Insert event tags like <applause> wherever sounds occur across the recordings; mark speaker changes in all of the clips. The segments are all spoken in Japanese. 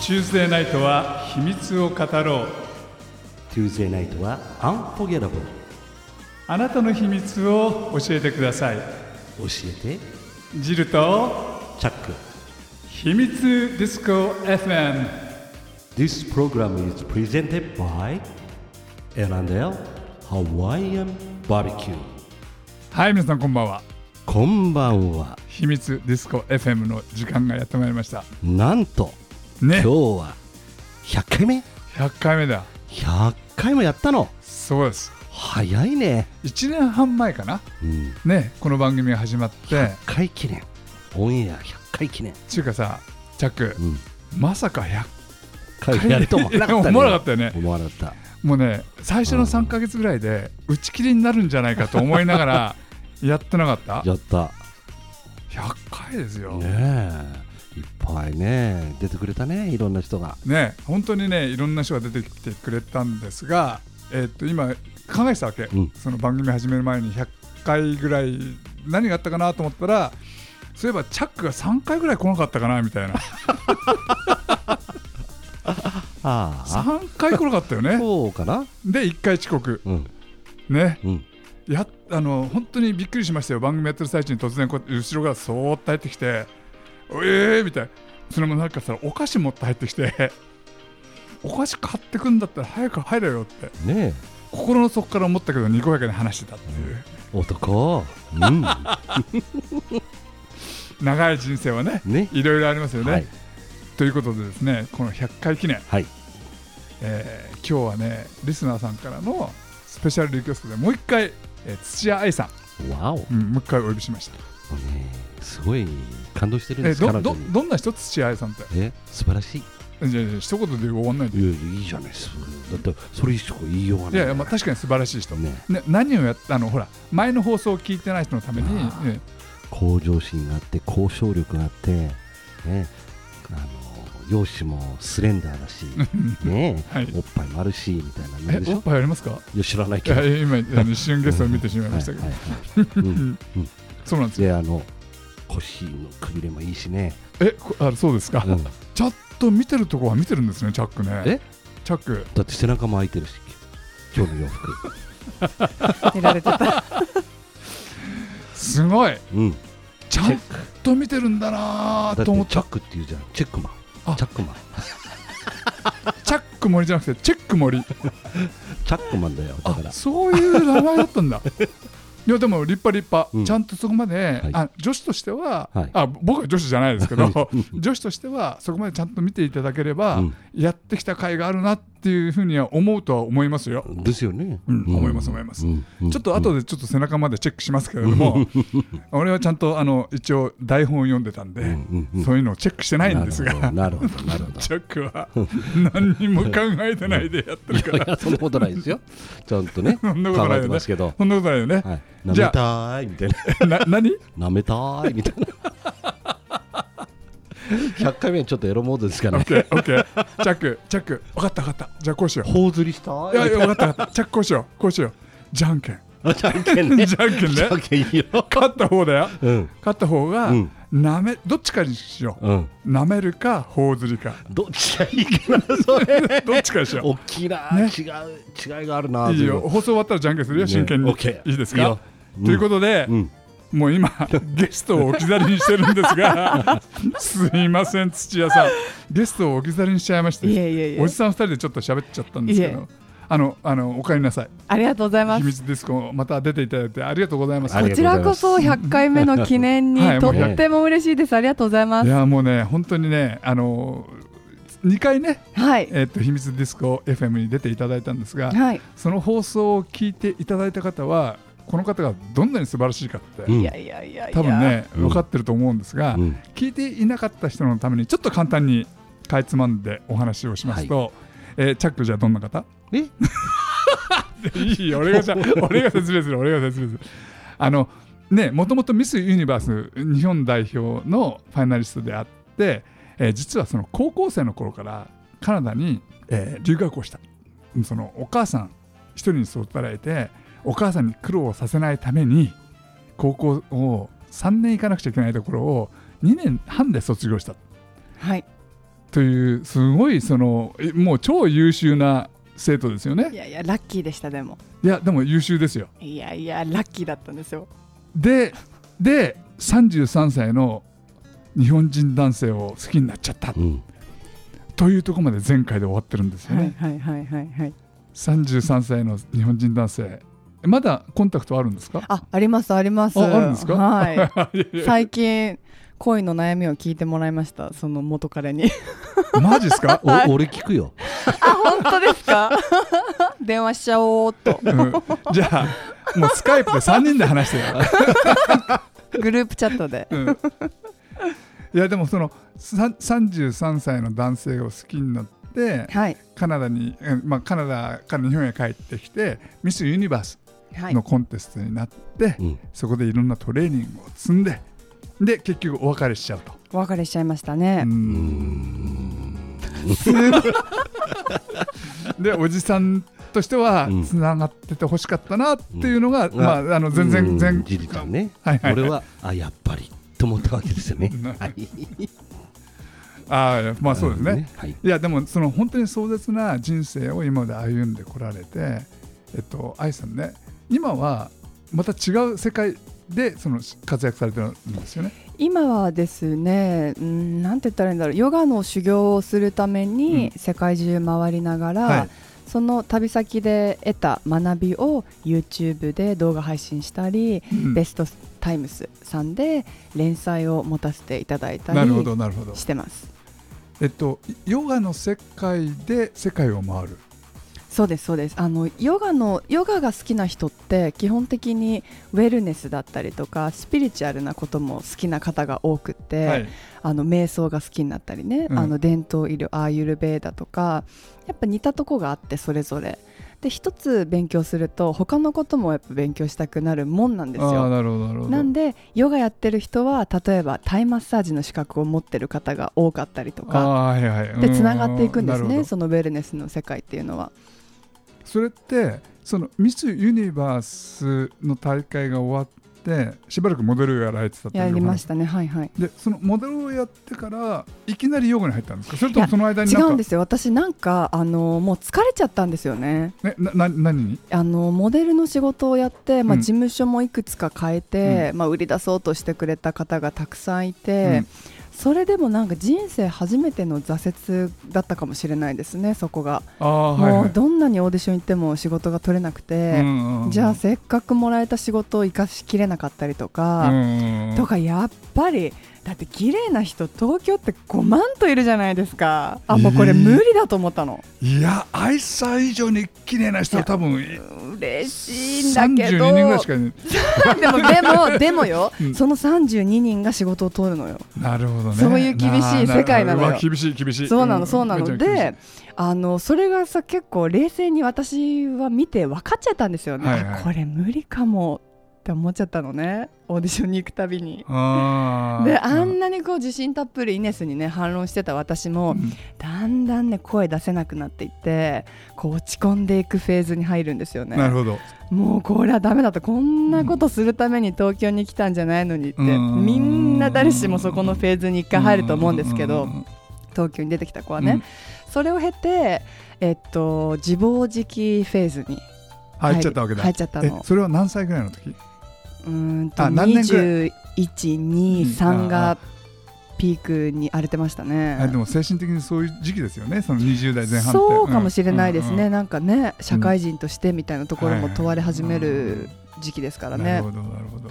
Speaker 1: チューズデーナイトは秘密を語ろう
Speaker 2: Tuesday night は Unforgettable
Speaker 1: あなたの秘密を教えてください
Speaker 2: 教えて
Speaker 1: ジルと
Speaker 2: チャック
Speaker 1: 秘密ディスコ FM
Speaker 2: This program is presented by L&L Hawaiian Barbecue
Speaker 1: はい皆さんこんばんは
Speaker 2: こんばんは
Speaker 1: 秘密ディスコ FM の時間がやってまいりました
Speaker 2: なんと
Speaker 1: ね
Speaker 2: 今日は100回目
Speaker 1: 100回目だ
Speaker 2: 100回もやったの
Speaker 1: そうです
Speaker 2: 早いね、
Speaker 1: 1年半前かな
Speaker 2: うん、
Speaker 1: ねこの番組が始まって
Speaker 2: 100回記念オンエア100回記念、
Speaker 1: ちゅうかさチャック
Speaker 2: うん、
Speaker 1: まさか100
Speaker 2: 回やると思わなかった、ね、
Speaker 1: 思わなかったよね
Speaker 2: 思わなかった
Speaker 1: もうね最初の3ヶ月ぐらいで打ち切りになるんじゃないかと思いながら
Speaker 2: <laughs>
Speaker 1: やってなかった
Speaker 2: やった
Speaker 1: 100回ですよね
Speaker 2: ねえいっぱいね出てくれたねいろんな人が
Speaker 1: 本当にねいろんな人が出てきてくれたんですが、えーっと今考えてたわけ、
Speaker 2: うん
Speaker 1: その番組始める前に100回ぐらい何があったかなと思ったらそういえばチャックが3回ぐらい来なかったかなみた
Speaker 2: <laughs>
Speaker 1: いな
Speaker 2: ああ
Speaker 1: 3回来なかったよね
Speaker 2: <laughs> そうかな
Speaker 1: で1回遅刻
Speaker 2: うん
Speaker 1: ね
Speaker 2: うん
Speaker 1: やあの本当にびっくりしましたよ番組やってる最中に突然こう後ろからそーっと入ってきて「えー!」みたいなそれもなんかさお菓子持って入ってきて「お菓子買ってくんだったら早く入れよ」って
Speaker 2: ねえ
Speaker 1: 心の底から思ったけどにこやかに話してたっていう
Speaker 2: 男
Speaker 1: <laughs>
Speaker 2: うん
Speaker 1: 長い人生はね
Speaker 2: ね
Speaker 1: いろいろありますよね、
Speaker 2: はい
Speaker 1: ということでですねこの100回記念、
Speaker 2: はい
Speaker 1: えー今日はねリスナーさんからのスペシャルリクエストでもう一回、えー土屋愛さ
Speaker 2: わおも
Speaker 1: ん、うんもう一回お呼びしました
Speaker 2: うねすごい感動してるん
Speaker 1: え
Speaker 2: です
Speaker 1: ー
Speaker 2: 彼
Speaker 1: ど
Speaker 2: 女
Speaker 1: ど
Speaker 2: に
Speaker 1: どんな人土屋愛さんって
Speaker 2: え素晴らしい
Speaker 1: じゃあじゃあ一言で終わんないで
Speaker 2: いやいいじゃないですだってそれしか言いようがない
Speaker 1: いやいや、まあ、確かに素晴らしい人、ね
Speaker 2: ね
Speaker 1: 何をやったあのほら前の放送を聞いてない人のために、
Speaker 2: あー
Speaker 1: ね
Speaker 2: 向上心があって交渉力があって、ね、あの容姿もスレンダーだし、ね
Speaker 1: <laughs> はい
Speaker 2: おっぱいもあるしみたいなので
Speaker 1: え
Speaker 2: し
Speaker 1: おっ
Speaker 2: ょ
Speaker 1: ぱいありますか
Speaker 2: いや知らない
Speaker 1: い
Speaker 2: けど
Speaker 1: や今あの一瞬ゲストを見てしまいましたけど、
Speaker 2: はいはいはいうん
Speaker 1: そうなんですよ
Speaker 2: であの腰のくびれもいいしね、
Speaker 1: えこあそうです
Speaker 2: <laughs>
Speaker 1: か、
Speaker 2: うんだ
Speaker 1: ちゃんと見てるとこは見てるんですねチャックね
Speaker 2: え
Speaker 1: チャック
Speaker 2: って背中も空いてるし今日の洋
Speaker 1: <laughs>
Speaker 2: 服
Speaker 3: 寝られ <laughs> てた。
Speaker 1: すごい
Speaker 2: うん
Speaker 1: ちゃんと見てるんだな
Speaker 2: だ
Speaker 1: ー
Speaker 2: って
Speaker 1: と思っ
Speaker 2: チャ
Speaker 1: た
Speaker 2: ックっていうじゃんチェックマ
Speaker 1: あ
Speaker 2: ンチャックマン
Speaker 1: チャック森じゃなくてチェック森
Speaker 2: チャックマンだよだか
Speaker 1: あ
Speaker 2: ら
Speaker 1: そういう名前だった
Speaker 2: <laughs>
Speaker 1: んだいやでも立派立派、
Speaker 2: うん
Speaker 1: ちゃんとそこまで、
Speaker 2: はい
Speaker 1: あ女子としては、
Speaker 2: はい
Speaker 1: あ僕は女子じゃないですけど
Speaker 2: う
Speaker 1: <laughs>
Speaker 2: ん
Speaker 1: 女子としてはそこまでちゃんと見ていただければ、
Speaker 2: うん
Speaker 1: やってきた甲斐があるなっていうふうには思うとは思いますよ、
Speaker 2: ですよね、
Speaker 1: うん思います思います
Speaker 2: うんうん
Speaker 1: ちょっと後でちょっと背中までチェックしますけれども、俺はちゃんとあの一応台本を読んでたんで、
Speaker 2: んうんうん
Speaker 1: そういうのをチェックしてないんですが
Speaker 2: なるほどなるほどなるほ
Speaker 1: <laughs>
Speaker 2: ど
Speaker 1: チャックは何にも考えてないでやってるから
Speaker 2: いや、そんなことないですよ。ちゃんとね、
Speaker 1: <laughs> そ
Speaker 2: 考
Speaker 1: んなことない
Speaker 2: え
Speaker 1: よ
Speaker 2: て
Speaker 1: ね
Speaker 2: ますけど。
Speaker 1: そんなことないよね、
Speaker 2: はい。舐め
Speaker 1: じゃあ
Speaker 2: たーいみたいな。
Speaker 1: な
Speaker 2: <laughs>
Speaker 1: 何
Speaker 2: 舐めたーいみたいな。100回目はちょっとエロモードですか
Speaker 1: オッ
Speaker 2: ね。
Speaker 1: ケー、オッケー。チャック、チャック、分かった、分かった。じゃあこうしよう。
Speaker 2: 頬ずりしたーい
Speaker 1: いやい
Speaker 2: み
Speaker 1: や、分かった、分かった。チャックこうしよう、こうしよう。じゃんけん。
Speaker 2: たいな。 <laughs> じゃんけんね。
Speaker 1: じゃんけんね
Speaker 2: <laughs> じゃんけんいいよ。
Speaker 1: 勝った方だよ。
Speaker 2: うん。
Speaker 1: 勝った方が、
Speaker 2: うん
Speaker 1: なめ、どっちかにしよう。
Speaker 2: うん。
Speaker 1: なめるか、頬ずりか。
Speaker 2: どっちがいいかな、
Speaker 1: <laughs>
Speaker 2: それ。
Speaker 1: どっちかにしよ
Speaker 2: 大きいな、
Speaker 1: ね
Speaker 2: 違う、違いがあるな。
Speaker 1: う。いいよ。
Speaker 2: 随分。
Speaker 1: 放送終わったらじゃんけんするよ、
Speaker 2: ね
Speaker 1: 真剣に。
Speaker 2: オッケー
Speaker 1: いいです
Speaker 2: いい
Speaker 1: か
Speaker 2: ようん
Speaker 1: ということで、
Speaker 2: うん。
Speaker 1: もう
Speaker 2: <laughs>
Speaker 1: 今、ゲストを置き去りにしてるんですが、すいません、土屋さん。ゲストを置き去りにしちゃいまして、
Speaker 3: いえいえいえ
Speaker 1: おじさん二人でちょっと喋っちゃったんですけ
Speaker 3: い
Speaker 1: ど、あの、あの、お帰りなさい。
Speaker 3: ありがとうございま
Speaker 1: 秘
Speaker 3: す。
Speaker 1: 密ディスコまた出ていただいてありがとうございます
Speaker 2: あ
Speaker 3: こ
Speaker 2: りがと
Speaker 3: ち
Speaker 2: うござ
Speaker 3: ら
Speaker 2: いま
Speaker 3: こ
Speaker 2: す
Speaker 3: そ100回目の記念に
Speaker 1: はい
Speaker 3: と
Speaker 1: も
Speaker 3: っ
Speaker 1: う
Speaker 2: ね
Speaker 3: ても嬉しいです。ありがとうございま
Speaker 1: い
Speaker 3: す。
Speaker 1: やもうね本当にねあの2回ね、
Speaker 3: はい。
Speaker 1: えっと秘密ディスコ FM に出ていただいたんですが
Speaker 3: はい。
Speaker 1: その放送を聞いていただいた方はこの方がどんなに素晴らしいかって、
Speaker 2: うん
Speaker 3: いやいやいやいや。
Speaker 1: 多分ね
Speaker 2: うん
Speaker 1: 分かってると思うんですが、
Speaker 2: うん
Speaker 1: 聞いていなかった人のためにちょっと簡単にかいつまんでお話をしますと、えーチャックじゃあどんな方
Speaker 2: え
Speaker 1: いいよ俺がじゃ俺が説明する俺が説明するあのねもともとミス・ユニバース日本代表のファイナリストであって、えー実はその高校生の頃からカナダに、えー留学をしたそのお母さん一人に育てられてお母さんに苦労をさせないために高校を3年行かなくちゃいけないところを2年半で卒業した
Speaker 3: はい。
Speaker 1: というすごいそのいもう超優秀な生徒ですよ
Speaker 3: い
Speaker 1: ね
Speaker 3: やいやラッキーでしたでも
Speaker 1: いやでも優秀ですよ
Speaker 3: いやいやラッキーだったんですよ
Speaker 1: でで33歳の日本人男性を好きになっちゃった
Speaker 2: うん
Speaker 1: というところまで前回で終わってるんですよね、
Speaker 3: はいはいはいはいはい
Speaker 1: 33歳の日本人男性まだコンタクトあるんですか
Speaker 3: あありますあります
Speaker 1: ああるんですか
Speaker 3: <laughs> はい
Speaker 1: やいや
Speaker 3: 最近恋の悩みを聞いてもらいましたその元彼に
Speaker 1: マジです
Speaker 3: <laughs>
Speaker 1: か
Speaker 2: お俺聞くよ
Speaker 3: あ本当ですか <laughs> 電話しちゃおうと
Speaker 1: うんじゃあもうスカイプで3人で話して
Speaker 3: <laughs>
Speaker 1: よ
Speaker 3: グループチャットで
Speaker 1: うんいやでもそのさん33歳の男性を好きになって
Speaker 3: はい
Speaker 1: カナダに、うんまあ、カナダから日本へ帰ってきてミス・ユニバース
Speaker 3: はい
Speaker 1: のコンテストになって、
Speaker 2: うん
Speaker 1: そこでいろんなトレーニングを積んでで結局お別れしちゃうと。
Speaker 3: お別れしちゃいましたね、
Speaker 1: でおじさんとしては
Speaker 2: うん
Speaker 1: つながっててほしかったなっていうのが、
Speaker 2: うん
Speaker 1: まあ、あの全
Speaker 2: う
Speaker 1: 然
Speaker 2: ん
Speaker 1: 全
Speaker 2: ジリちゃんね
Speaker 1: はいはい
Speaker 2: 俺はあやっぱりと思ったわけですよね
Speaker 1: うん
Speaker 2: はい
Speaker 1: あーまあそうですね,、
Speaker 2: はい
Speaker 1: いやでもその本当に壮絶な人生を今まで歩んでこられてえっと愛さんね今はまた違う世界でその活躍されてるんですよね。
Speaker 3: 今はですね、うん、なんて言ったらいいんだろうヨガの修行をするために世界中回りながら、
Speaker 1: はい
Speaker 3: その旅先で得た学びを YouTube で動画配信したり、
Speaker 1: うん
Speaker 3: ベストタイムスさんで連載を持たせていただいた
Speaker 1: な
Speaker 3: り
Speaker 1: るほどなるほど。
Speaker 3: してます
Speaker 1: えっとヨガの世界で世界を回る。
Speaker 3: そうですそうですあのヨガのヨガが好きな人って基本的にウェルネスだったりとかスピリチュアルなことも好きな方が多くて、
Speaker 1: はい
Speaker 3: あの瞑想が好きになったりね、
Speaker 1: うん
Speaker 3: あの伝統医療アーユルベーダとかやっぱ似たとこがあってそれぞれで一つ勉強すると他のこともやっぱ勉強したくなるもんなんです
Speaker 1: ああ
Speaker 3: よ
Speaker 1: なるほどなるほど。
Speaker 3: なんでヨガやってる人は例えばタイマッサージの資格を持ってる方が多かったりとか
Speaker 1: あーはいはい
Speaker 3: でつながっていくんです
Speaker 1: うなるほ
Speaker 3: ね
Speaker 1: どそ
Speaker 3: そのウェルネスの世界っていうのは
Speaker 1: れってそのミス・ユニバースの大会が終わってしばらくモデルをやられてたという
Speaker 3: やりましたたねはいはい
Speaker 1: でそのモデルをやってからいきなりヨガに入ったんですかそれとも
Speaker 3: いや
Speaker 1: その間に
Speaker 3: 違
Speaker 1: なんか
Speaker 3: うんですよ私なんかあのもう疲れちゃったんですよね
Speaker 1: ね、なな何に
Speaker 3: あのモデルの仕事をやって、
Speaker 1: う
Speaker 3: まあ、
Speaker 1: ん
Speaker 3: 事務所もいくつか変えて、まあ、売り出そうとしてくれた方がたくさんいて、
Speaker 1: うん
Speaker 3: それでもなんか人生初めての挫折だったかもしれないですねそこが、
Speaker 1: ああはいは
Speaker 3: もう
Speaker 1: い
Speaker 3: どんなにオーディション行っても仕事が取れなくて、
Speaker 1: ん
Speaker 3: じゃあせっかくもらえた仕事を生かしきれなかったりと
Speaker 1: うん
Speaker 3: か、
Speaker 1: うんうん
Speaker 3: とかやっぱりだって綺麗な人東京って5万といるじゃないですかあもうこれ無理だと思ったの。
Speaker 1: いや愛さん以上に綺麗な人は多分
Speaker 3: 嬉しいんだ
Speaker 1: 32
Speaker 3: け
Speaker 1: 人
Speaker 3: ど
Speaker 1: ぐらいしかいない
Speaker 3: でもでもでもよ、
Speaker 1: <laughs> うん
Speaker 3: その32人が仕事を取るのよ
Speaker 1: なるほどね
Speaker 3: そういう厳しい世界なのよ
Speaker 1: あーるほどうわ厳しい厳しい
Speaker 3: そうなの、
Speaker 1: ん
Speaker 3: そうな
Speaker 1: め
Speaker 3: の
Speaker 1: ちゃめちゃ
Speaker 3: であのそれがさ結構冷静に私は見て分かっちゃったんですよね、
Speaker 1: はいはい
Speaker 3: あこれ無理かもって思っちゃったのねオーディションに行くたびに。
Speaker 1: あー
Speaker 3: であんなにこう自信たっぷりイネスにね反論してた私も、
Speaker 1: うん
Speaker 3: だんだんね声出せなくなっていってこう落ち込んでいくフェーズに入るんですよね
Speaker 1: なるほど
Speaker 3: もうこれはダメだとこんなことするために東京に来たんじゃないのにって、
Speaker 1: うん
Speaker 3: みんな誰しもそこのフェーズに一回入ると思うんですけど、
Speaker 1: うんうんうん
Speaker 3: 東京に出てきた子は
Speaker 1: うん
Speaker 3: ね、それを経て、えっと、自暴自棄フェーズに
Speaker 1: 入っちゃったわけだ。
Speaker 3: 入っちゃった
Speaker 1: え
Speaker 3: の
Speaker 1: それは何歳ぐらいの時？
Speaker 3: うーんと
Speaker 1: あ何年ぐらい
Speaker 3: 2123
Speaker 1: うんあ
Speaker 3: が
Speaker 1: あ
Speaker 3: ピークに荒れてましたね
Speaker 1: あでも精神的にそういう時期ですよね。その20代前半って。
Speaker 3: そうかもしれないですね、
Speaker 1: うんうんうん
Speaker 3: なんかね社会人としてみたいなところも問われ始め
Speaker 1: うん
Speaker 3: る時期ですからね、
Speaker 1: なるほどなるほど。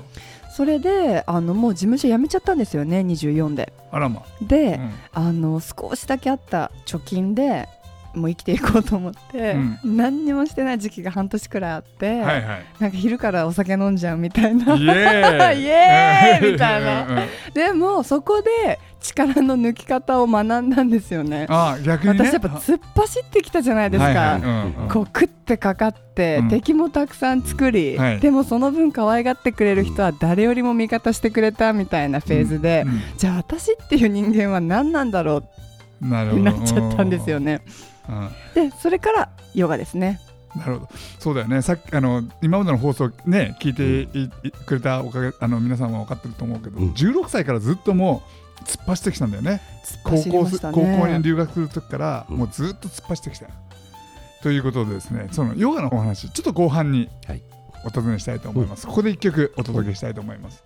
Speaker 3: それであのもう事務所辞めちゃったんですよね24で。
Speaker 1: あらま。
Speaker 3: で、
Speaker 1: うん
Speaker 3: あの少しだけあった貯金でもう生きていこうと思って、何にもしてない時期が半年くらいあって、
Speaker 1: はい
Speaker 3: <laughs>
Speaker 1: はい。
Speaker 3: なんか昼からお酒飲んじゃうみたいな
Speaker 1: イエ
Speaker 3: イエーイみたいな
Speaker 1: な。
Speaker 3: でもそこで力の抜き方を学んだんですよね
Speaker 1: あ逆にね。
Speaker 3: 私やっぱ突っ走ってきたじゃないですか、
Speaker 1: はいはいうんうん
Speaker 3: こう食ってかかって、
Speaker 1: うん
Speaker 3: 敵もたくさん作り、
Speaker 1: はい
Speaker 3: でもその分可愛がってくれる人は誰よりも味方してくれたみたいなフェーズで、じゃあ私っていう人間は何なんだろう
Speaker 1: うんなる
Speaker 3: っ
Speaker 1: ほ
Speaker 3: て
Speaker 1: ど。
Speaker 3: なっちゃったんですよね。
Speaker 1: うん。うん
Speaker 3: でそれからヨガですね。
Speaker 1: なるほど。そうだよね。さっきあの今までの放送ね聞いていいくれたおかげあの皆さんは分かってると思うけど、
Speaker 2: うん
Speaker 1: 16歳からずっともう突っ走ってきたんだよね
Speaker 3: 突っ
Speaker 1: 高
Speaker 3: 走り
Speaker 1: 校
Speaker 3: ました
Speaker 1: 高校に
Speaker 3: ね。
Speaker 1: 留学する時から
Speaker 2: うん
Speaker 1: もうずっと突っ走ってきた、ということでですねそのヨガのお話ちょっと後半に
Speaker 2: はい
Speaker 1: お尋ねしたいと思います、ここで一曲お届けしたいと思います、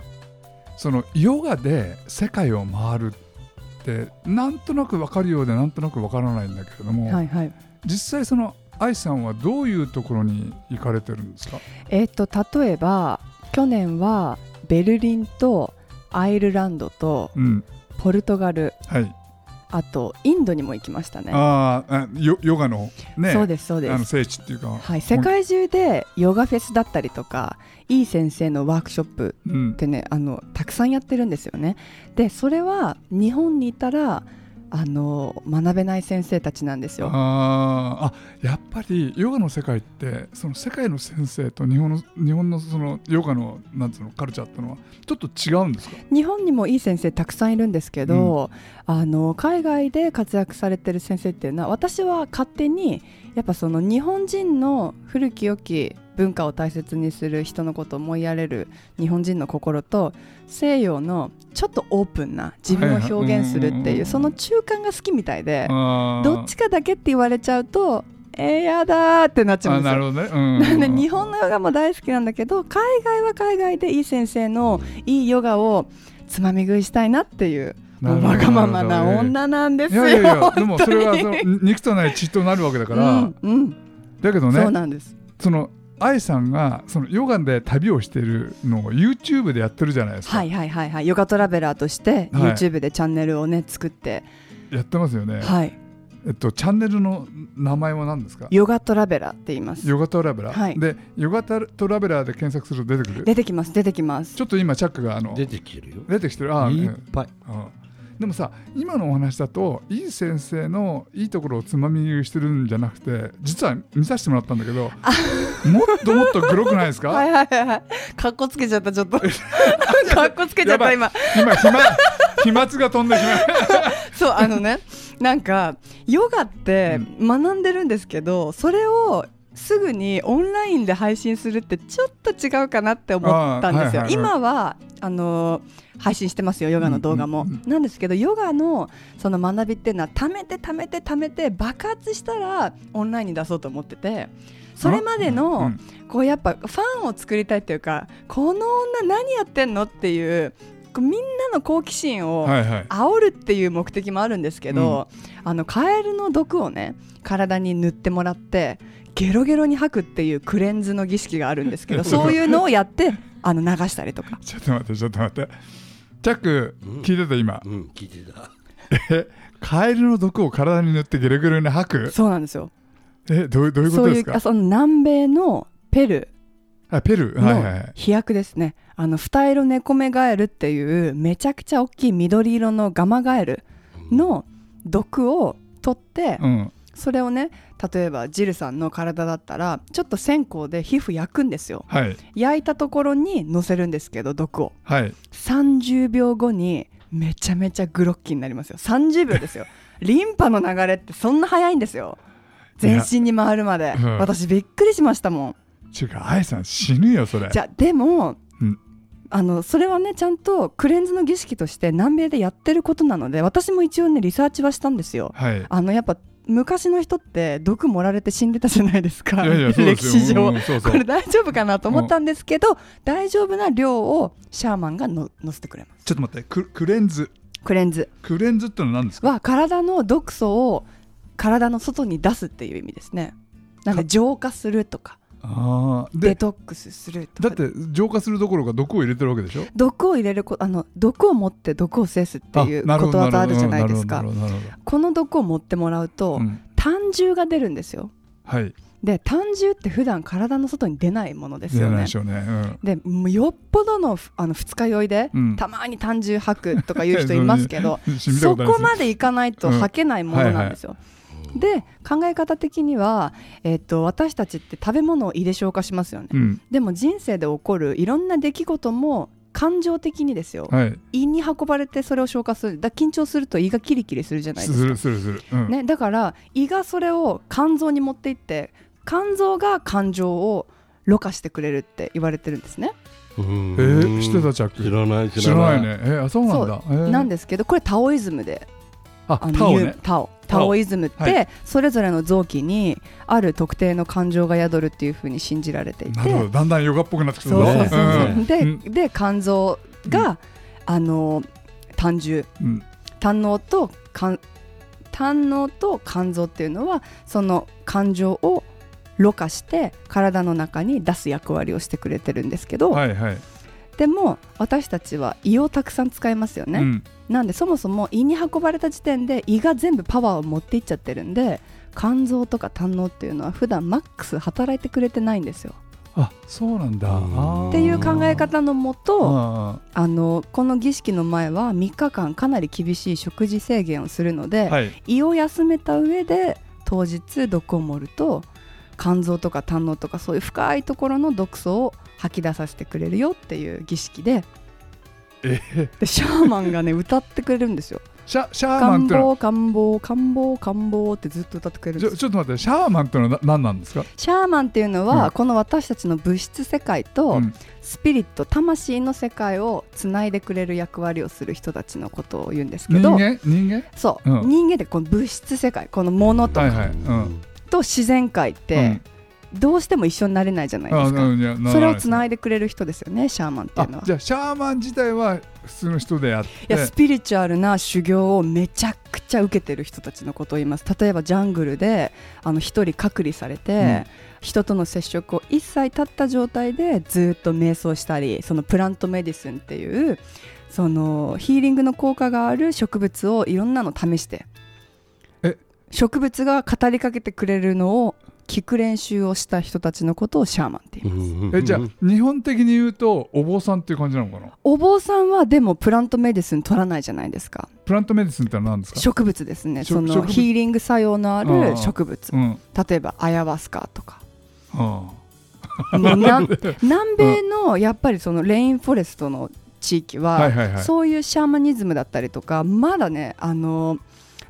Speaker 1: そのヨガで世界を回るってなんとなく分かるようでなんとなく分からないんだけれども、
Speaker 3: はいはい。
Speaker 1: 実際その愛さんはどういうところに行かれてるんですか
Speaker 3: えっ、と例えば去年はベルリンとアイルランドと
Speaker 1: うん
Speaker 3: ポルトガル
Speaker 1: はい、
Speaker 3: あとインドにも行きましたね。
Speaker 1: あーあヨヨガのね
Speaker 3: そうですそうで
Speaker 1: あの
Speaker 3: す。
Speaker 1: 聖地っていうか、
Speaker 3: はい、世界中でヨガフェスだったりとかいい先生のワークショップ
Speaker 1: うん
Speaker 3: ってねあのたくさんやってるんですよね。でそれは日本にいたらあの学べない先生たちなんですよ。
Speaker 1: あーあやっぱりヨガの世界ってその世界の先生と日本の日本のそのヨガのなんつうのカルチャーってのはちょっと違うんですか
Speaker 3: 日本にもいい先生たくさんいるんですけど、あの海外で活躍されてる先生っていうのは私は勝手にやっぱその日本人の古き良き文化を大切にする人のことを思いやれる日本人の心と西洋のちょっとオープンな自分を表現するっ
Speaker 1: はい
Speaker 3: て
Speaker 1: はい
Speaker 3: いううんその中間が好きみたいで。ど
Speaker 1: ど
Speaker 3: っちかだけって言われちゃうとえー、やだーってなっちゃう
Speaker 1: あ
Speaker 3: んです
Speaker 1: な
Speaker 3: よ。
Speaker 1: るほどね、うん、
Speaker 3: <laughs> なんで日本のヨガも大好きなんだけど海外は海外でいい先生のいいヨガをつまみ食いしたいなっていう
Speaker 1: なるほど
Speaker 3: わがままな女なんです
Speaker 1: い
Speaker 3: よ。
Speaker 1: やいやいや
Speaker 3: 本当
Speaker 1: で
Speaker 3: に
Speaker 1: もそれはその肉となり血となるわけだから、
Speaker 3: うんうん
Speaker 1: だけど
Speaker 3: そう
Speaker 1: ね
Speaker 3: なんです。
Speaker 1: その愛さんがそのヨガで旅をしてるのを YouTube でやってるじゃないですか、
Speaker 3: はいはいはいはいヨガトラベラーとして
Speaker 1: はい
Speaker 3: YouTube でチャンネルをね作って、
Speaker 1: やってますよね、
Speaker 3: はい
Speaker 1: えっと、チャンネルの名前は何ですか
Speaker 3: ヨガトラベラーって言います。
Speaker 1: ヨガトラベラー、
Speaker 3: はい
Speaker 1: でヨガトラベラーで検索すると出てくる
Speaker 3: 出てきます出てきます
Speaker 1: ち。ょっと今チャックがあの
Speaker 2: 出てきてるよ
Speaker 1: 出てきてるあー、
Speaker 2: いっ
Speaker 1: うん
Speaker 2: ぱい
Speaker 1: うんでもさ今のお話だといい先生のいいところをつまみ食いしてるんじゃなくて実は見させてもらったんだけどもっともっとグロくないですか、
Speaker 3: はいはいはいはい。かっこつけちゃったちょ
Speaker 1: <laughs>
Speaker 3: っと。かっこつけちゃっ
Speaker 1: やば
Speaker 3: た
Speaker 1: い
Speaker 3: 今。
Speaker 1: 今飛沫 <laughs> 飛沫が飛んでしまう
Speaker 3: <laughs> そうあのねなんかヨガって学んでるんですけど、それをすぐにオンラインで配信するってちょっと違うかなって思ったんですよ。
Speaker 1: あーはいはいはい
Speaker 3: 今はあのー配信してますよヨガの動画も、
Speaker 1: うんうんうん
Speaker 3: なんですけどヨガのその学びっていうのは貯めて貯めて貯めて爆発したらオンラインに出そうと思っててそれまでの、
Speaker 1: うんうん
Speaker 3: こうやっぱファンを作りたいっていうかこの女何やってんのっていうこうみんなの好奇心を、
Speaker 1: はいはい
Speaker 3: 煽るっていう目的もあるんですけど、あのカエルの毒をね体に塗ってもらってゲロゲロに吐くっていうクレンズの儀式があるんで
Speaker 1: <laughs>
Speaker 3: すけどそういうのをやってあの流したりとか
Speaker 1: ちょっと待ってちょっと待ってチャック
Speaker 2: うん
Speaker 1: 聞いてた今、
Speaker 2: うん聞いてた
Speaker 1: カエルの毒を体に塗ってゲレゲレに吐く
Speaker 3: そうなんですよ
Speaker 1: えどうどういうこ
Speaker 3: そ
Speaker 1: と
Speaker 3: う
Speaker 1: です
Speaker 3: いう
Speaker 1: か
Speaker 3: あその南米のペル
Speaker 1: あペルーはいはいは
Speaker 3: の
Speaker 1: い
Speaker 3: 飛躍ですね、あの二色ネコメガエルっていうめちゃくちゃ大きい緑色のガマガエルの毒を取って、
Speaker 1: うん
Speaker 3: それをね例えばジルさんの体だったらちょっと線香で皮膚焼くんですよ
Speaker 1: はい
Speaker 3: 焼いたところに乗せるんですけど毒を
Speaker 1: はい
Speaker 3: 30秒後にめちゃめちゃグロッキーになりますよ30秒
Speaker 1: <laughs>
Speaker 3: ですよリンパの流れってそんな早いんですよ全身に回るまで、
Speaker 1: うん
Speaker 3: 私びっくりしましたもん
Speaker 1: 違う愛さん死ぬよそれ
Speaker 3: じゃあでも、
Speaker 1: うん
Speaker 3: あのそれはねちゃんとクレンズの儀式として南米でやってることなので私も一応ねリサーチはしたんですよ
Speaker 1: はい
Speaker 3: あのやっぱ昔の人って毒盛られて死んでたじゃないですか
Speaker 1: いやいやそうで
Speaker 3: 歴
Speaker 1: すよ
Speaker 3: 史上、
Speaker 1: うんそうそ
Speaker 3: こ
Speaker 1: う
Speaker 3: れ大丈夫かなと思ったんですけど、大丈夫な量をシャーマンがの乗せてくれます
Speaker 1: ちょっと待ってククレンズ
Speaker 3: クレンズ
Speaker 1: クレンズってのは何ですか
Speaker 3: は体の毒素を体の外に出すっていう意味ですねなんで
Speaker 1: か
Speaker 3: 浄化するとか
Speaker 1: ああ
Speaker 3: デ
Speaker 1: で
Speaker 3: トックスすると
Speaker 1: だ
Speaker 3: か
Speaker 1: って浄化するどころか毒を入れてるわけでしょ
Speaker 3: 毒を入れるこあの毒を持って毒を制すっていう
Speaker 1: な
Speaker 3: こ
Speaker 1: るほ
Speaker 3: と
Speaker 1: ど
Speaker 3: わざあるじゃないです
Speaker 1: な
Speaker 3: か
Speaker 1: るほどなるほどなる
Speaker 3: この毒を持ってもらう
Speaker 1: ほ
Speaker 3: と、
Speaker 1: どうん
Speaker 3: 胆汁が出るんですよ
Speaker 1: はい
Speaker 3: で胆汁って普段体の外に出ないものです
Speaker 1: 出
Speaker 3: よ
Speaker 1: ない
Speaker 3: ね
Speaker 1: でしょうねうん
Speaker 3: でもうよっぽどのふあの二日酔いで、
Speaker 1: うん
Speaker 3: たまに胆汁吐くとか言う人います
Speaker 1: <laughs>
Speaker 3: けど
Speaker 1: 染みたこと
Speaker 3: そ
Speaker 1: ないです
Speaker 3: こまでいかないと吐けないものなんですよ。で考え方的には、えっと私たちって食べ物を胃で消化しますよね、
Speaker 1: うん
Speaker 3: でも人生で起こるいろんな出来事も感情的にですよ、
Speaker 1: はい
Speaker 3: 胃に運ばれてそれを消化するだ緊張すると胃がキリキリするじゃないですすか
Speaker 1: るするするうん
Speaker 3: ね、だから胃がそれを肝臓に持っていって肝臓が感情をろ過してくれるって言われてるんですね
Speaker 2: ううん
Speaker 1: えー、してた着
Speaker 2: 知らない
Speaker 1: 知らないねえー、あそうなんだえー
Speaker 3: なんですけどこれタオイズムで
Speaker 1: あ
Speaker 3: あの
Speaker 1: タオ
Speaker 3: 言
Speaker 1: ね
Speaker 3: うタオ
Speaker 1: タオ
Speaker 3: タオイズムって、
Speaker 1: は
Speaker 3: それぞれの臓器にある特定の感情が宿るっていうふうに信じられていて
Speaker 1: なるほどだんだんヨガっぽくなってきてる
Speaker 3: そうそうそうそう、
Speaker 1: ね
Speaker 3: で
Speaker 1: うん
Speaker 3: で肝臓が、あの胆汁
Speaker 1: うん
Speaker 3: 胆のと肝胆のと肝臓っていうのはその感情をろ過して体の中に出す役割をしてくれてるんですけど、
Speaker 1: はいはい
Speaker 3: でも私たちは胃をたくさん使いますよね、
Speaker 1: うん
Speaker 3: なんでそもそも胃に運ばれた時点で胃が全部パワーを持っていっちゃってるんで肝臓とか胆のっていうのは普段マックス働いてくれてないんですよ。
Speaker 1: あそうなんだ
Speaker 2: うん
Speaker 3: っていう考え方のもと
Speaker 1: は
Speaker 3: あのこの儀式の前は3日間かなり厳しい食事制限をするので、
Speaker 1: はい
Speaker 3: 胃を休めた上で当日毒を盛ると肝臓とか胆のとかそういう深いところの毒素を吐き出させてくれるよっていう儀式で
Speaker 1: えー
Speaker 3: でシャーマンがね歌ってくれるんですよ。
Speaker 1: シャシャーマン
Speaker 3: 官
Speaker 1: ってのは
Speaker 3: 房官房官房官房ってずっと歌ってくれるん
Speaker 1: ち
Speaker 3: で
Speaker 1: ょ
Speaker 3: すよ
Speaker 1: ちょっと待ってシャーマンってのはな何なんですか
Speaker 3: シャーマンっていうの
Speaker 1: うん
Speaker 3: はこの私たちの物質世界
Speaker 1: う
Speaker 3: と
Speaker 1: ん
Speaker 3: スピリット魂の世界をつないでくれる役割をする人たちのことを言うんですけ
Speaker 1: 人
Speaker 3: ど
Speaker 1: 間人間
Speaker 3: そう、
Speaker 1: うん
Speaker 3: 人間でこの物質世界このものと
Speaker 1: はい
Speaker 3: か
Speaker 1: はいうん
Speaker 3: と自然界っ
Speaker 1: うん
Speaker 3: てどうしても一緒になれないじゃないですか、
Speaker 1: いやな
Speaker 3: それをつないいでくれる人ですよねシャーマンってい
Speaker 1: あ
Speaker 3: うのは。
Speaker 1: じゃあシャーマン自体は普通の人であって
Speaker 3: いやスピリチュアルな修行をめちゃくちゃ受けてる人たちのことを言います例えばジャングルであの一人隔離されて、人との接触を一切絶った状態でずっと瞑想したりそのプラントメディスンっていうそのヒーリングの効果がある植物をいろんなの試して
Speaker 1: え
Speaker 3: 植物が語りかけてくれるのを聞く練習をした人たちのことをシャーマンって言います。
Speaker 1: えじゃあ日本的に言うとお坊さんっていう感じなのかな
Speaker 3: お坊さんはでもプラントメディスン取らないじゃないですか。
Speaker 1: プラントメディスンってのは何ですか
Speaker 3: 植物ですね
Speaker 1: しょ
Speaker 3: そ
Speaker 1: 植
Speaker 3: の
Speaker 1: 物
Speaker 3: ヒーリング作用のあ
Speaker 1: うんうん
Speaker 3: る植物
Speaker 1: うん、うん
Speaker 3: 例えばアヤワスカ
Speaker 1: <laughs>
Speaker 3: とか
Speaker 1: あ
Speaker 3: もうな南米のやっぱりそのレインフォレストの地域
Speaker 1: あ、はい
Speaker 3: は
Speaker 1: はいはい
Speaker 3: そういうシャーマニズムだったりとかまだねあの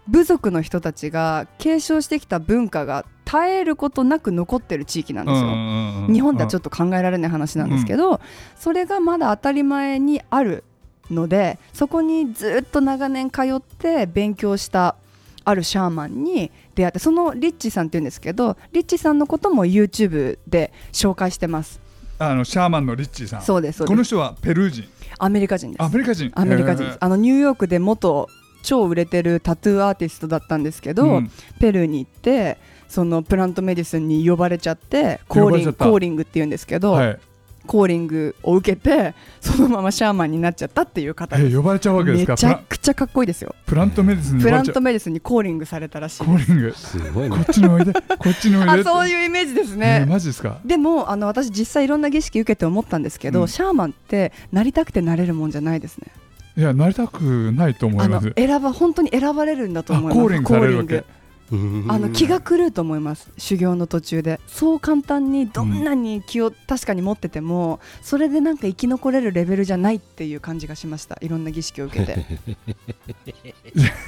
Speaker 3: 部族の人たちが継承してきた文化が絶えることなく残ってる地域なんですよ。日本ではちょ
Speaker 1: っ
Speaker 3: っと考えられない話なんですけど、それがまだ当たり前にあるのでそこにずっと長年通って勉強したあるシャーマンに出会ってそのリッチさんっていうんですけどリッチさんのことも YouTube で紹介してます
Speaker 1: とあのシャーマンのリッチーさん
Speaker 3: そうですそ
Speaker 1: こ
Speaker 3: う
Speaker 1: の
Speaker 3: です
Speaker 1: 人はペルー人
Speaker 3: アメリカ人です
Speaker 1: アメリカ人
Speaker 3: アメリカ人です、あのニューヨークで元超売れてるタトゥーアーティストだったんですけど、
Speaker 1: うん
Speaker 3: ペルーに行ってそのプラントメディスンに呼ばれちゃってコ
Speaker 1: 呼
Speaker 3: ー
Speaker 1: ばれ
Speaker 3: リ
Speaker 1: ちゃっ
Speaker 3: ン
Speaker 1: た
Speaker 3: コーリングっていうんですけど、
Speaker 1: はい
Speaker 3: コーリングを受けてそのままシャーマンになっちゃったっていう方です
Speaker 1: え呼ばれちゃうわけです
Speaker 3: め
Speaker 1: か
Speaker 3: ちゃくちゃかっこいいですよ
Speaker 1: プラプラントメディスンに呼
Speaker 3: プ
Speaker 1: ば
Speaker 3: ラ
Speaker 1: れ
Speaker 3: ン
Speaker 1: ちゃう
Speaker 3: トメディスンにコーリングされたらしい
Speaker 1: コーリング
Speaker 2: すごい
Speaker 1: こ
Speaker 2: ね
Speaker 1: っちにおいでこっちにおいで
Speaker 3: <laughs> あそう
Speaker 1: う
Speaker 3: いうイメージです
Speaker 1: ね
Speaker 3: ね
Speaker 1: マジですか
Speaker 3: でもあの私実際いろんな儀式受けて思ったんですけど、
Speaker 1: うん
Speaker 3: シャーマンってなりたくてなれるもんじゃないですね
Speaker 1: いやなりたくないと思
Speaker 3: あ
Speaker 1: いま
Speaker 3: の
Speaker 1: す
Speaker 3: 選ば本当に選ばれるんだと
Speaker 1: あ
Speaker 3: 思います
Speaker 1: コーリングされるわ
Speaker 3: コーリン
Speaker 1: け
Speaker 3: グあの気が狂うと思います修行の途中でそう簡単にどんなに気を確かに持ってても、それでなんか生き残れるレベルじゃないっていう感じがしましたいろんな儀式を
Speaker 1: <laughs>
Speaker 3: 受けてい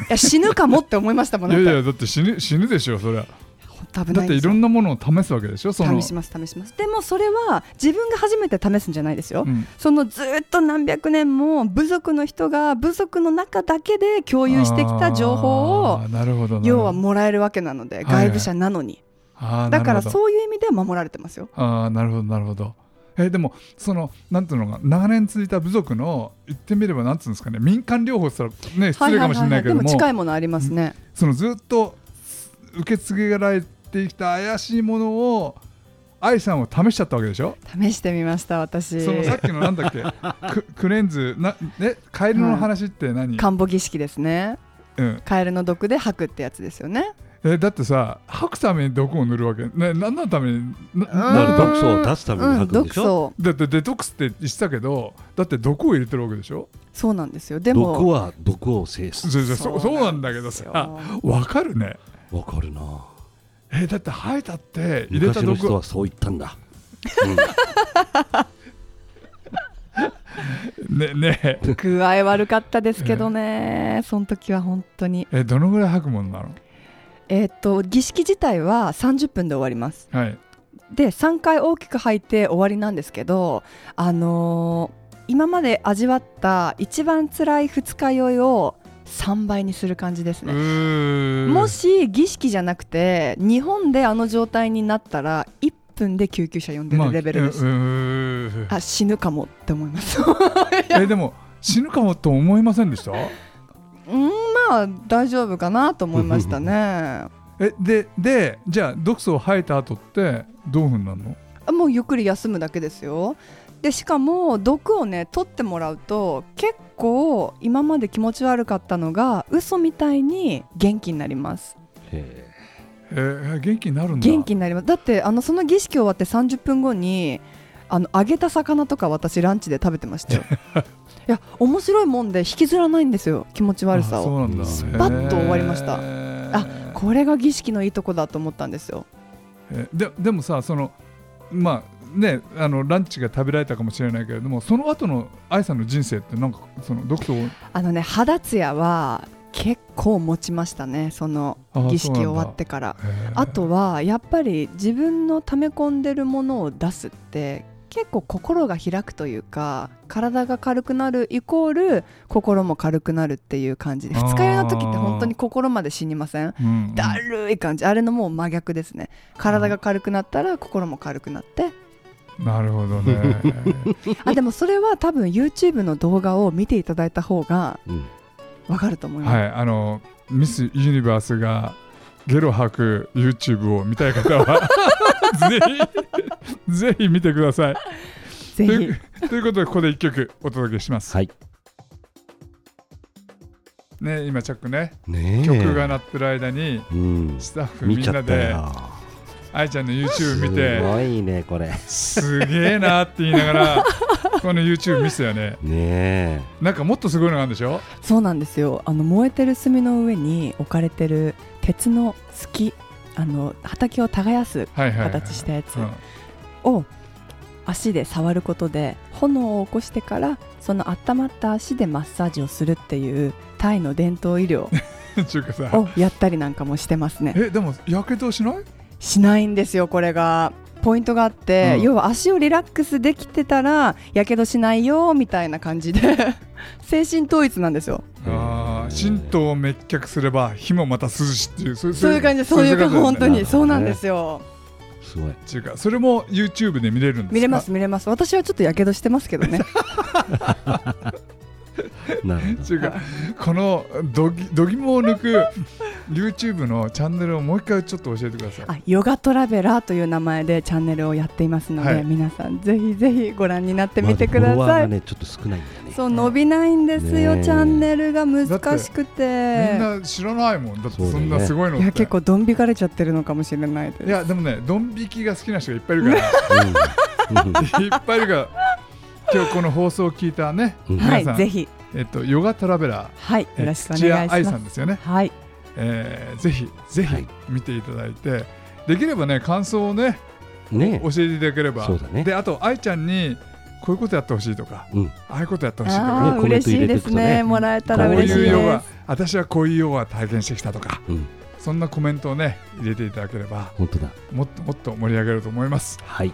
Speaker 3: や死ぬかもって思いましたもん
Speaker 1: いや
Speaker 3: なん
Speaker 1: い
Speaker 3: か
Speaker 1: やだって死ぬ死ぬでしょそれは
Speaker 3: 本当
Speaker 1: だ
Speaker 3: 危ない
Speaker 1: って
Speaker 3: で
Speaker 1: い
Speaker 3: すよ
Speaker 1: ろんなものを試すわけでしょその
Speaker 3: 試します試しますでもそれは自分が初めて試すんじゃないですよ、
Speaker 1: うん
Speaker 3: そのずっと何百年も部族の人が部族の中だけで共有してきた情報
Speaker 1: あ
Speaker 3: を
Speaker 1: ーなるほどなるほど
Speaker 3: 要はもらえるわけなので
Speaker 1: はいはい
Speaker 3: 外部者なのに、
Speaker 1: あー
Speaker 3: だから
Speaker 1: なるほど
Speaker 3: そういう意味では守られてますよ
Speaker 1: ああなるほどなるほどえーでもそのなんていうのか長年続いた部族の言ってみればなんていうんですかね民間療法したらね失礼かもしれないけども
Speaker 3: でも近いものありますね、
Speaker 1: そのずっと受け継げられてきた怪しいものを愛さんを試しちゃったわけでしょ、
Speaker 3: 試してみました私
Speaker 1: そのさっきのなんだ
Speaker 3: <laughs>
Speaker 1: っけククレンズなえカエルの話って何、
Speaker 3: 漢方儀式ですね
Speaker 1: うん
Speaker 3: カエルの毒で吐くってやつですよね
Speaker 1: えーだってさ吐くために毒を塗るわけ、ね、何のためにな
Speaker 3: うん
Speaker 1: な
Speaker 2: なる毒素を出すために
Speaker 3: う
Speaker 2: 吐
Speaker 3: ん
Speaker 2: くんで
Speaker 3: 毒
Speaker 2: しょ、
Speaker 3: 素
Speaker 1: だってデトックスって言ってたけどだって毒を入れてるわけでしょ
Speaker 3: そうなんですよで
Speaker 2: 毒
Speaker 3: も
Speaker 2: は毒を制す
Speaker 1: そうそうそうそうなんだけど
Speaker 3: そう
Speaker 1: さ
Speaker 3: なんですよ
Speaker 1: わかるね
Speaker 2: わかるな
Speaker 1: えだって生えたって入れた
Speaker 2: 昔の
Speaker 1: 毒
Speaker 2: 人はそう言ったんだ、
Speaker 1: ねね
Speaker 3: 具合悪かったですけどねその時は本当に
Speaker 1: えどのぐらい吐くものなの
Speaker 3: えーっと儀式自体は30分で終わります
Speaker 1: はい
Speaker 3: で3回大きく吐いて終わりなんですけど、あのー今まで味わった一番辛い二日酔いを3倍にする感じですね。も
Speaker 1: も
Speaker 3: し儀式じゃなくて日本であの状態になったら1分で救急車呼んでるレベルです。あ死ぬかもって思います。 <laughs>
Speaker 1: えでも死ぬかもと思いませんでした
Speaker 3: うんまあ大丈夫かなと思いましたね。
Speaker 1: えででじゃあ毒素を吐いた後ってどういうふうになるの
Speaker 3: あもうゆっくり休むだけですよ。でしかも毒をね取ってもらうと結構今まで気持ち悪かったのが嘘みたいに元気になります
Speaker 2: え
Speaker 1: えー元気になるんだ
Speaker 3: 元気になりますだってあのその儀式終わって30分後にあの揚げた魚とか私ランチで食べてま
Speaker 1: <laughs>
Speaker 3: したよいや面白いもんで引きずらないんですよ気持ち悪さ
Speaker 1: あそ
Speaker 3: を
Speaker 1: うなんだ
Speaker 2: ス
Speaker 3: パッと終わりました
Speaker 1: へー
Speaker 3: あこれが儀式のいいとこだと思ったんですよ
Speaker 1: えででもさそのまあねあのランチが食べられたかもしれないけれどもその後の愛さんの人生ってなんかその毒素を
Speaker 3: あのね肌ツヤは結構持ちましたねその
Speaker 1: あ
Speaker 3: 儀式
Speaker 1: そう
Speaker 3: 終
Speaker 1: なんだ
Speaker 3: わってから
Speaker 1: へー
Speaker 3: あとはやっぱり自分の溜め込んでるものを出すって結構心が開くというか体が軽くなるイコール心も軽くなるっていう感じで
Speaker 1: あー
Speaker 3: 二日酔いの時って本当に心まで死にません
Speaker 1: うんうん
Speaker 3: だるい感じあれのもう真逆ですね体が軽くなったら心も軽くなって
Speaker 1: なるほど
Speaker 3: <laughs>
Speaker 1: ね
Speaker 3: あでもそれは多分 YouTube の動画を見ていただいた方が
Speaker 2: えうん
Speaker 3: わかると思います、
Speaker 1: はいあのミス・ユニバースがゲロ吐く YouTube を見たい方は <laughs> ぜひぜひ見てください
Speaker 3: ぜ
Speaker 1: と
Speaker 3: ひ
Speaker 1: いうということでここで1曲お届けします、
Speaker 2: はい
Speaker 1: ね今チャックね
Speaker 2: ねえ
Speaker 1: 曲が鳴ってる間に
Speaker 2: うん
Speaker 1: スタッフみ
Speaker 2: 見
Speaker 1: ん
Speaker 2: ちゃ
Speaker 1: な
Speaker 2: った
Speaker 1: で
Speaker 2: よ
Speaker 1: 愛ちゃんの YouTube 見
Speaker 2: す
Speaker 1: て
Speaker 2: ごいねこれ
Speaker 1: すげえなって言いながらこの YouTube 見せたよね
Speaker 2: ね
Speaker 1: なんかもっとすごいのがあるんでしょ
Speaker 3: そうなんですよあの燃えてる炭の上に置かれてる鉄の隙あの畑を耕す
Speaker 1: はいはい、はい、
Speaker 3: 形したやつ
Speaker 1: うん
Speaker 3: を足で触ることで炎を起こしてからその温まった足でマッサージをするっていうタイの伝統医療
Speaker 1: ちゅうかさ <laughs>
Speaker 3: をやったりなんかもしてますね
Speaker 1: えでもやけどしない
Speaker 3: しないんですよこれがポイントがあって、
Speaker 1: うん
Speaker 3: 要は足をリラックスできてたらやけどしないよみたいな感
Speaker 1: <laughs>
Speaker 3: じで精神統一なんですよ
Speaker 1: あー神道を滅却すれば火もまた涼しっていうそう
Speaker 3: そういう感じそういう感じ本当
Speaker 1: に
Speaker 3: にそうなんですよ、
Speaker 2: えすごい
Speaker 1: っていうかそれも YouTube で見れるんですか
Speaker 3: 見れます見れます私はちょっとやけどしてますけどね
Speaker 1: <laughs>
Speaker 2: なるほ
Speaker 1: っていうかこのどぎどぎもを抜く YouTube のチャンネルをもう一回ちょっと教えてください
Speaker 3: <laughs> あヨガトラベラーという名前でチャンネルをやっていますので、
Speaker 1: はい
Speaker 3: 皆さんぜひぜひご覧になってみてく
Speaker 2: まあ
Speaker 3: だ
Speaker 2: フォロワー
Speaker 3: さ
Speaker 2: が
Speaker 3: い、
Speaker 2: ねちょっと少ないんだね
Speaker 3: そう伸びないんですよ、
Speaker 2: ねえ
Speaker 3: チャンネルが難しくて
Speaker 1: みんな知らないもんだってそん
Speaker 2: そうだよ
Speaker 1: な
Speaker 2: ね
Speaker 1: すごいのっ
Speaker 3: い
Speaker 1: て
Speaker 3: や結構ドン引かれちゃってるのかもしれないです
Speaker 1: いやでもねドン引きが好きな人がいっぱいいるから
Speaker 2: うんうん
Speaker 1: いっぱいいるから今日この放送を聞いたね、
Speaker 2: うん
Speaker 3: は
Speaker 1: 皆さ
Speaker 3: い
Speaker 1: ん
Speaker 3: ぜひ
Speaker 1: えっと、ヨガトラベラー
Speaker 3: はい
Speaker 1: え
Speaker 3: よろしくお
Speaker 1: 土
Speaker 3: 願い
Speaker 1: 屋愛
Speaker 3: し
Speaker 1: さ
Speaker 3: ま
Speaker 1: ん
Speaker 3: す
Speaker 1: ですよね、
Speaker 3: はい
Speaker 1: えーぜひぜ
Speaker 2: はい
Speaker 1: ひ見ていただいて、できればね感想をね
Speaker 2: ね
Speaker 1: 教えていただければ
Speaker 2: そうだね
Speaker 1: であと愛ちゃんにこういうことやってほしいとか、
Speaker 2: うん
Speaker 1: ああいうことやってほしいと
Speaker 3: あ
Speaker 1: か
Speaker 3: あ
Speaker 2: ね
Speaker 3: ー嬉し
Speaker 2: コ
Speaker 3: いで
Speaker 2: メント入れてい
Speaker 3: す
Speaker 2: くとね
Speaker 3: ねもらえた
Speaker 1: こ
Speaker 3: ら
Speaker 1: う
Speaker 3: 嬉
Speaker 1: い
Speaker 3: しい
Speaker 1: う
Speaker 3: です
Speaker 1: ヨガ私はこういうヨガ体験してきたとか
Speaker 2: うん
Speaker 1: そんなコメントをね入れていただければ
Speaker 2: 本当だ
Speaker 1: もっともっと盛り上げると思います
Speaker 2: はい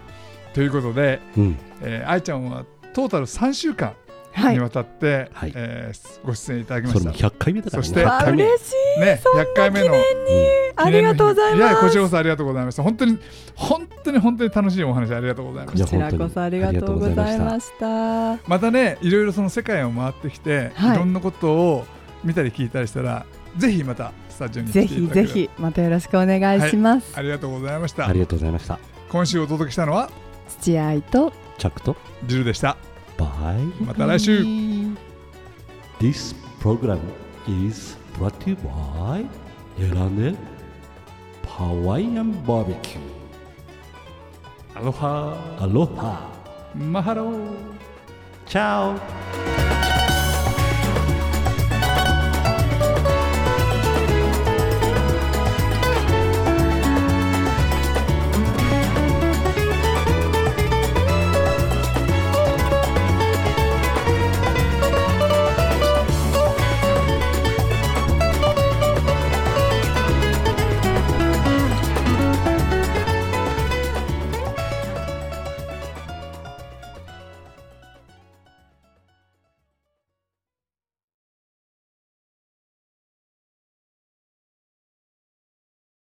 Speaker 1: ということで、
Speaker 2: うん
Speaker 1: えー、愛ちゃんはトータル3週間
Speaker 3: は
Speaker 1: に
Speaker 3: い
Speaker 1: わたって、
Speaker 2: はい
Speaker 1: えーご出演いただきま
Speaker 2: そ
Speaker 1: し
Speaker 2: れ
Speaker 1: た
Speaker 2: も100回目だからね
Speaker 1: そして
Speaker 3: あー嬉しい
Speaker 1: ね、100回目の
Speaker 3: ありがとうござい
Speaker 1: いや
Speaker 3: ま
Speaker 1: や
Speaker 3: す
Speaker 1: こちらこそありがとうございました本当に本当に本当に楽しいお話ありがとうございま
Speaker 3: こ
Speaker 1: し
Speaker 2: いや
Speaker 1: た
Speaker 3: ちらこそありがとうございました。
Speaker 1: またねいろいろその世界を回ってきて、
Speaker 3: はい
Speaker 1: い、ろんなことを見たり聞いたりしたらぜひまたスタジオに来て
Speaker 3: ぜ
Speaker 1: いただければ
Speaker 3: ひぜひまたよろしくお願いします。
Speaker 1: ありがとうございまし
Speaker 2: あ
Speaker 1: た
Speaker 2: りがとうございました
Speaker 1: 今週お届けしたのは
Speaker 3: 土合と
Speaker 2: チャックと
Speaker 1: ジルでした
Speaker 2: バイ
Speaker 1: また来週
Speaker 2: This program is brought to you by エラネハワイアンバーベキュ
Speaker 1: アロハ
Speaker 2: ーアロハ
Speaker 1: マハロー
Speaker 2: チャオ